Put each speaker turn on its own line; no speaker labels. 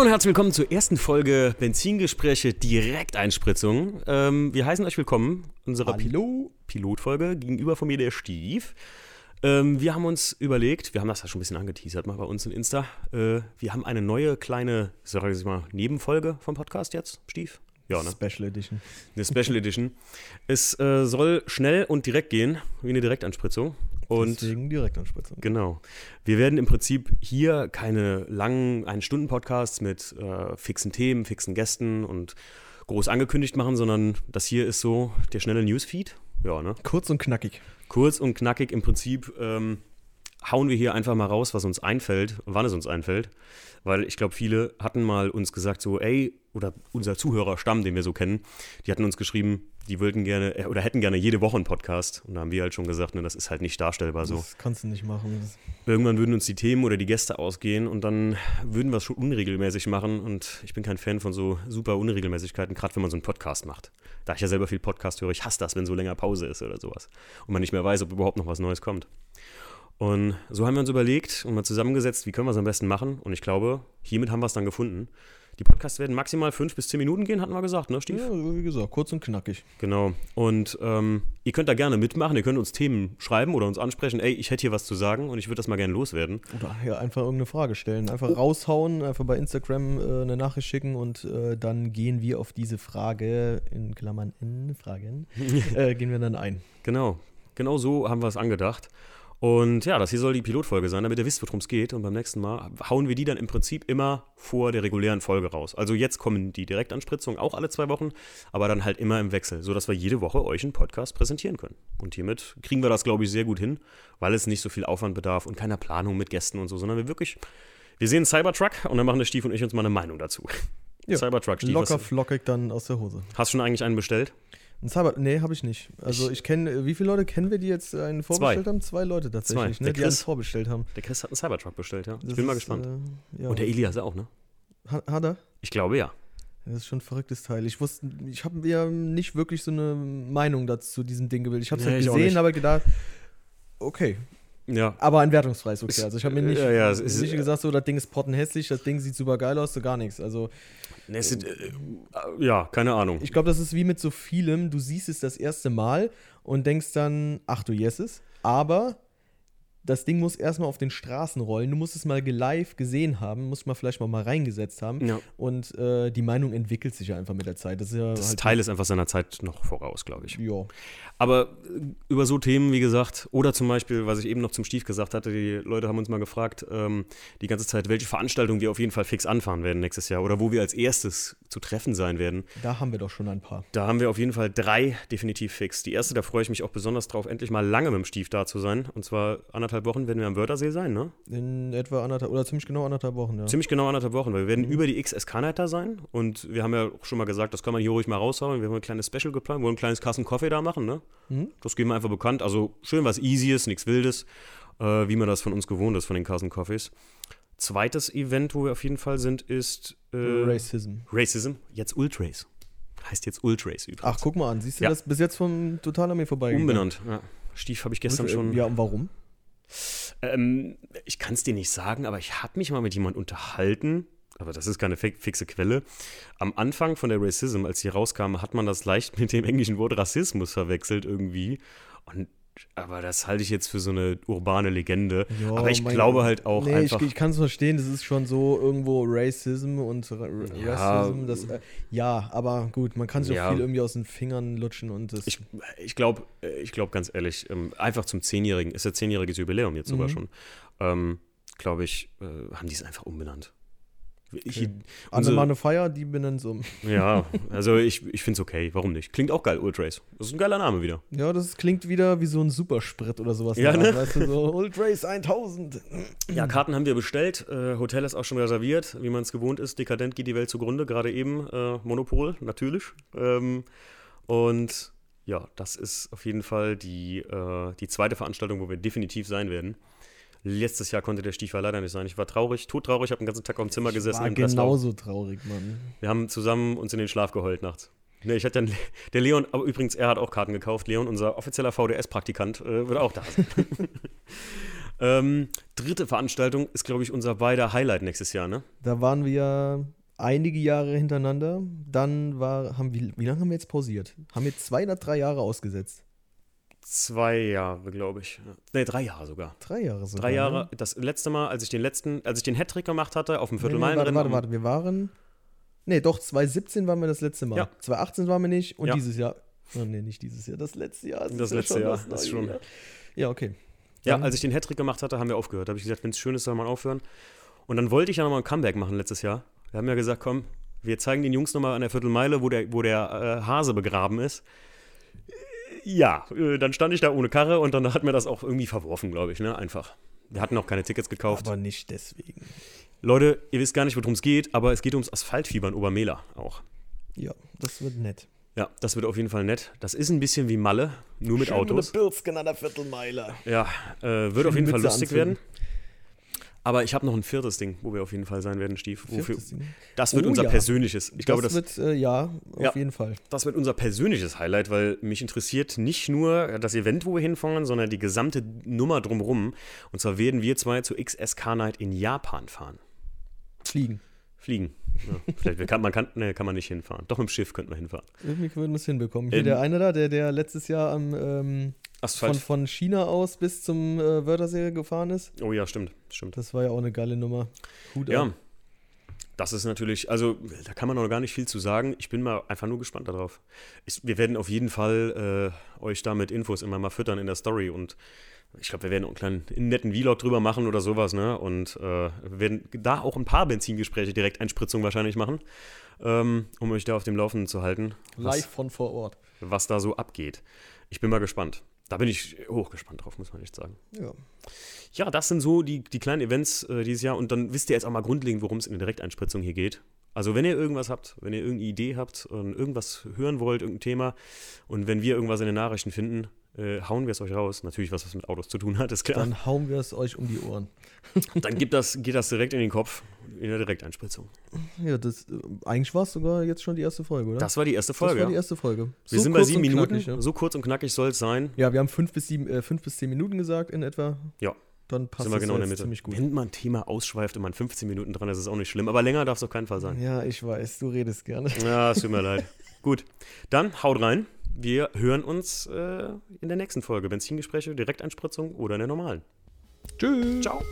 und herzlich willkommen zur ersten Folge Benzingespräche Direkteinspritzung. Ähm, wir heißen euch willkommen unserer Pi
Hallo.
Pilotfolge. Gegenüber von mir der Stief. Ähm, wir haben uns überlegt, wir haben das ja schon ein bisschen angeteasert mal bei uns in Insta. Äh, wir haben eine neue kleine, sag ich mal, Nebenfolge vom Podcast jetzt, Stief. Ja, ne?
Special Edition.
Eine Special Edition. Es äh, soll schnell und direkt gehen, wie eine Direktanspritzung. Und
Deswegen Direktanspritzung.
Genau. Wir werden im Prinzip hier keine langen Ein-Stunden-Podcasts mit äh, fixen Themen, fixen Gästen und groß angekündigt machen, sondern das hier ist so der schnelle Newsfeed. Ja, ne?
Kurz und knackig.
Kurz und knackig im Prinzip ähm, hauen wir hier einfach mal raus, was uns einfällt, wann es uns einfällt. Weil ich glaube, viele hatten mal uns gesagt, so, ey, oder unser Zuhörerstamm, den wir so kennen, die hatten uns geschrieben, die wollten gerne äh, oder hätten gerne jede Woche einen Podcast. Und da haben wir halt schon gesagt, ne, das ist halt nicht darstellbar so.
Das kannst du nicht machen. Das,
Irgendwann würden uns die Themen oder die Gäste ausgehen und dann würden wir es schon unregelmäßig machen. Und ich bin kein Fan von so super Unregelmäßigkeiten, gerade wenn man so einen Podcast macht. Da ich ja selber viel Podcast höre, ich hasse das, wenn so länger Pause ist oder sowas. Und man nicht mehr weiß, ob überhaupt noch was Neues kommt. Und so haben wir uns überlegt und mal zusammengesetzt, wie können wir es am besten machen. Und ich glaube, hiermit haben wir es dann gefunden. Die Podcasts werden maximal fünf bis zehn Minuten gehen, hatten wir gesagt, ne, Stief?
ja, wie gesagt, kurz und knackig.
Genau. Und ähm, ihr könnt da gerne mitmachen, ihr könnt uns Themen schreiben oder uns ansprechen. Ey, ich hätte hier was zu sagen und ich würde das mal gerne loswerden.
Oder ja, einfach irgendeine Frage stellen. Einfach
Oh.
raushauen, einfach bei Instagram äh, eine Nachricht schicken und äh, dann gehen wir auf diese Frage, in Klammern in Fragen, äh, gehen wir dann ein.
Genau, genau so haben wir es angedacht. Und ja, das hier soll die Pilotfolge sein, damit ihr wisst, worum es geht. Und beim nächsten Mal hauen wir die dann im Prinzip immer vor der regulären Folge raus. Also jetzt kommen die Direktanspritzungen auch alle zwei Wochen, aber dann halt immer im Wechsel, sodass wir jede Woche euch einen Podcast präsentieren können. Und hiermit kriegen wir das, glaube ich, sehr gut hin, weil es nicht so viel Aufwand bedarf und keiner Planung mit Gästen und so, sondern wir wirklich, wir sehen Cybertruck und dann machen der Stief und ich uns mal eine Meinung dazu.
Ja,
Cybertruck, Stief.
Locker
hast,
flockig dann aus der Hose.
hast du schon eigentlich einen bestellt?
Ein Cyber, nee, habe ich nicht. Also ich kenne, wie viele Leute kennen wir, die jetzt einen vorbestellt haben? Zwei Leute tatsächlich,
Zwei. Der
Ne, die einen
Chris.
vorbestellt haben.
Der Chris hat einen Cybertruck bestellt, ja. Ich
Das
bin mal
ist,
gespannt.
Äh, ja.
Und der Elias auch, ne?
Ha- hat er?
Ich glaube ja.
Das ist schon ein verrücktes Teil. Ich wusste, ich habe mir nicht wirklich so eine Meinung dazu zu diesem Ding gebildet. Ich habe es
Nee, ich auch
gesehen,
nicht.
aber gedacht, okay.
Ja,
Aber ein wertungsfreies okay.
Ist- äh,
Also ich habe mir nicht,
ja, ja, es ist-
nicht gesagt, so das Ding ist pottenhässlich, das Ding sieht super geil aus, so gar nichts. Also
Ne, es sind, äh, äh, ja, keine Ahnung.
ich glaube, das ist wie mit so vielem. Du siehst es das erste Mal und denkst dann, ach du Jesus. Aber das Ding muss erstmal auf den Straßen rollen. Du musst es mal ge- live gesehen haben, musst mal vielleicht mal, mal reingesetzt haben.
Ja.
Und äh, die Meinung entwickelt sich ja einfach mit der Zeit. Das ist ja
das
halt,
Teil ist einfach seiner Zeit noch voraus, glaube ich.
ja.
Aber äh, über so Themen, wie gesagt, oder zum Beispiel, was ich eben noch zum Stief gesagt hatte, die Leute haben uns mal gefragt, ähm, die ganze Zeit, welche Veranstaltung wir auf jeden Fall fix anfahren werden nächstes Jahr oder wo wir als erstes zu treffen sein werden.
Da haben wir doch schon ein paar.
Da haben wir auf jeden Fall drei definitiv fix. Die erste, da freue ich mich auch besonders drauf, endlich mal lange mit dem Stief da zu sein. Und zwar anderthalb Wochen werden wir am Wörthersee sein, ne?
In etwa anderthalb, oder ziemlich genau anderthalb Wochen, ja. Mhm.
Ziemlich genau anderthalb Wochen, weil wir werden über die XSK Night da sein und wir haben ja auch schon mal gesagt, das kann man hier ruhig mal raushauen. Wir haben ein kleines Special geplant, wollen ein kleines Kassen Kaffee da machen, ne?
Mhm.
Das geben wir einfach bekannt. Also schön was Easyes, nichts Wildes, äh, wie man das von uns gewohnt ist, von den Kassen Coffees. Zweites Event, wo wir auf jeden Fall sind, ist äh,
Racism.
Racism, jetzt Ultrace. Heißt jetzt Ultrace übrigens.
Ach, guck mal an, siehst du
Ja.
das bis jetzt vom Total an mir vorbei?
Umbenannt. Ja. Stief habe ich gestern schon.
Ja, und warum?
Ähm, ich kann es dir nicht sagen, aber ich habe mich mal mit jemand unterhalten. Aber das ist keine fi- fixe Quelle. Am Anfang von der Racism, als sie rauskam, hat man das leicht mit dem englischen Wort Rassismus verwechselt irgendwie. Und, aber das halte ich jetzt für so eine urbane Legende.
Ja,
aber ich
mein-
glaube halt auch
nee,
einfach.
Ich, ich kann es verstehen, das ist schon so irgendwo Racism und Ra Ra-
Ja.
Racism. Das, äh, ja, aber gut, man kann sich
Ja.
auch viel irgendwie aus den Fingern lutschen und das. äh,
Ich, ich glaube, ich glaub ganz ehrlich, ähm, einfach zum Zehnjährigen, ist ja zehnjähriges Jubiläum jetzt
Mhm.
sogar schon, ähm, glaube ich, äh, haben die es einfach umbenannt. Ich,
Anne
unsere-
Mane Feier, die benennen so.
Ja, also ich, ich finde es okay. Warum nicht? Klingt auch geil, Ultrace. Das ist ein geiler Name wieder.
Ja, das klingt wieder wie so ein Supersprit oder sowas.
Ja,
in der Art,
ne?
Weißt du, so Old Race 1000.
Ja, Karten haben wir bestellt. Äh, Hotel ist auch schon reserviert, wie man es gewohnt ist. Dekadent geht die Welt zugrunde. Gerade eben äh, Monopol, natürlich. Ähm, und ja, das ist auf jeden Fall die, äh, die zweite Veranstaltung, wo wir definitiv sein werden. Letztes Jahr konnte der Stiefer leider nicht sein. Ich war traurig, todtraurig, habe den ganzen Tag auf dem Zimmer gesessen.
War
im Restaurant.
genauso traurig, Mann.
Wir haben zusammen uns in den Schlaf geheult nachts. Ne, ich hatte dann, der Leon, aber übrigens, er hat auch Karten gekauft. Leon, unser offizieller VDS-Praktikant, äh, wird auch da sein. Ähm, dritte Veranstaltung ist, glaube ich, unser beider Highlight nächstes Jahr, ne?
Da waren wir einige Jahre hintereinander. Dann war, haben wir, wie lange haben wir jetzt pausiert? Haben wir zwei oder drei Jahre ausgesetzt?
Zwei Jahre, glaube ich. Ne, drei Jahre sogar.
Drei Jahre sogar.
Drei
ne?
Jahre, das letzte Mal, als ich den letzten, als ich den Hattrick gemacht hatte, auf dem
Nee, nee, warte,
Viertelmeilenrennen.
warte, warte, wir waren. Nee, doch, 2017 waren wir das letzte Mal.
Ja.
2018 waren wir nicht und
Ja.
dieses Jahr. Oh, nee, nicht dieses Jahr, das letzte Jahr.
Das
ja
letzte Jahr,
das
das ist
neue
schon-
Jahr. Ja, okay.
Ja,
Dann-
als ich den Hattrick gemacht hatte, haben wir aufgehört. Da habe ich gesagt, wenn es schön ist, soll man aufhören. Und dann wollte ich ja nochmal ein Comeback machen letztes Jahr. Wir haben ja gesagt, komm, wir zeigen den Jungs nochmal an der Viertelmeile, wo der, wo der äh, Hase begraben ist. Ja, äh, dann stand ich da ohne Karre und dann hat mir das auch irgendwie verworfen, glaube ich, ne? Einfach. Wir hatten auch keine Tickets gekauft.
Aber nicht deswegen.
Leute, ihr wisst gar nicht, worum es geht, aber es geht ums Asphaltfieber in Obermehler auch.
Ja, das wird nett.
Ja, das wird auf jeden Fall nett. Das ist ein bisschen wie Malle, nur mit
Schön
Autos.
Eine Birzken an der Viertelmeile.
Ja, äh, wird auf
Schöne
jeden Fall
Mütze
lustig
anzünden.
werden. Aber ich habe noch ein viertes Ding, wo wir auf jeden Fall sein werden, Stief. Wofür,
Viertes Ding.
das wird
Oh
unser
ja.
persönliches. Ich glaube, das,
wird, äh, ja, auf
Ja.
jeden Fall.
das wird unser persönliches Highlight, weil mich interessiert nicht nur das Event, wo wir hinfahren, sondern die gesamte Nummer drumrum. Und zwar werden wir zwei zu XSK Night in Japan fahren.
Fliegen.
Fliegen. Ja, vielleicht wir kann, man kann, nee, kann man nicht hinfahren. Doch mit dem Schiff könnten wir hinfahren.
Irgendwie würden wir es hinbekommen. Hier
Ähm,
der eine da, der, der letztes Jahr am, ähm, von,
Asphalt.
von China aus bis zum äh, Wörthersee gefahren ist.
oh ja, stimmt. Stimmt.
Das war ja auch eine geile Nummer. Hut ab.
Ja. Das ist natürlich, also da kann man noch gar nicht viel zu sagen. Ich bin mal einfach nur gespannt darauf. Ich, wir werden auf jeden Fall äh, euch da mit Infos immer mal füttern in der Story und ich glaube, wir werden auch einen kleinen einen netten Vlog drüber machen oder sowas, ne? Und äh, wir werden da auch ein paar Benzingespräche direkt Einspritzung wahrscheinlich machen, ähm, um euch da auf dem Laufenden zu halten,
Live
was,
von vor Ort.
was da so abgeht. Ich bin mal gespannt. Da bin ich hochgespannt drauf, muss man echt sagen.
Ja.
Ja, das sind so die, die kleinen Events äh, dieses Jahr. Und dann wisst ihr jetzt auch mal grundlegend, worum es in der Direkteinspritzung hier geht. Also, wenn ihr irgendwas habt, wenn ihr irgendeine Idee habt, und irgendwas hören wollt, irgendein Thema, und wenn wir irgendwas in den Nachrichten finden, äh, hauen wir es euch raus. Natürlich, was das mit Autos zu tun hat, ist klar.
Dann hauen wir es euch um die Ohren.
Dann, gibt das, geht das direkt in den Kopf, in der Direkteinspritzung.
Ja, das, äh, eigentlich war es sogar jetzt schon die erste Folge, oder?
Das war die erste
das
Folge.
war die
ja.
erste Folge.
wir
So
sind bei
kurz
sieben
und
Minuten.
knackig, ja.
So kurz und knackig soll es sein.
Ja, wir haben fünf bis, sieben, äh, fünf bis zehn Minuten gesagt in etwa.
Ja.
Dann passt
sind wir
das
genau in
jetzt
der Mitte.
ziemlich gut.
Wenn man ein Thema ausschweift und man 15 Minuten dran ist, ist es auch nicht schlimm. Aber länger darf es auf keinen Fall sein.
Ja, ich weiß, du redest gerne.
Ja, es tut mir leid. Gut, dann haut rein. Wir hören uns äh, in der nächsten Folge. Benzingespräche, Direkteinspritzung oder in der normalen.
Tschüss.
Ciao.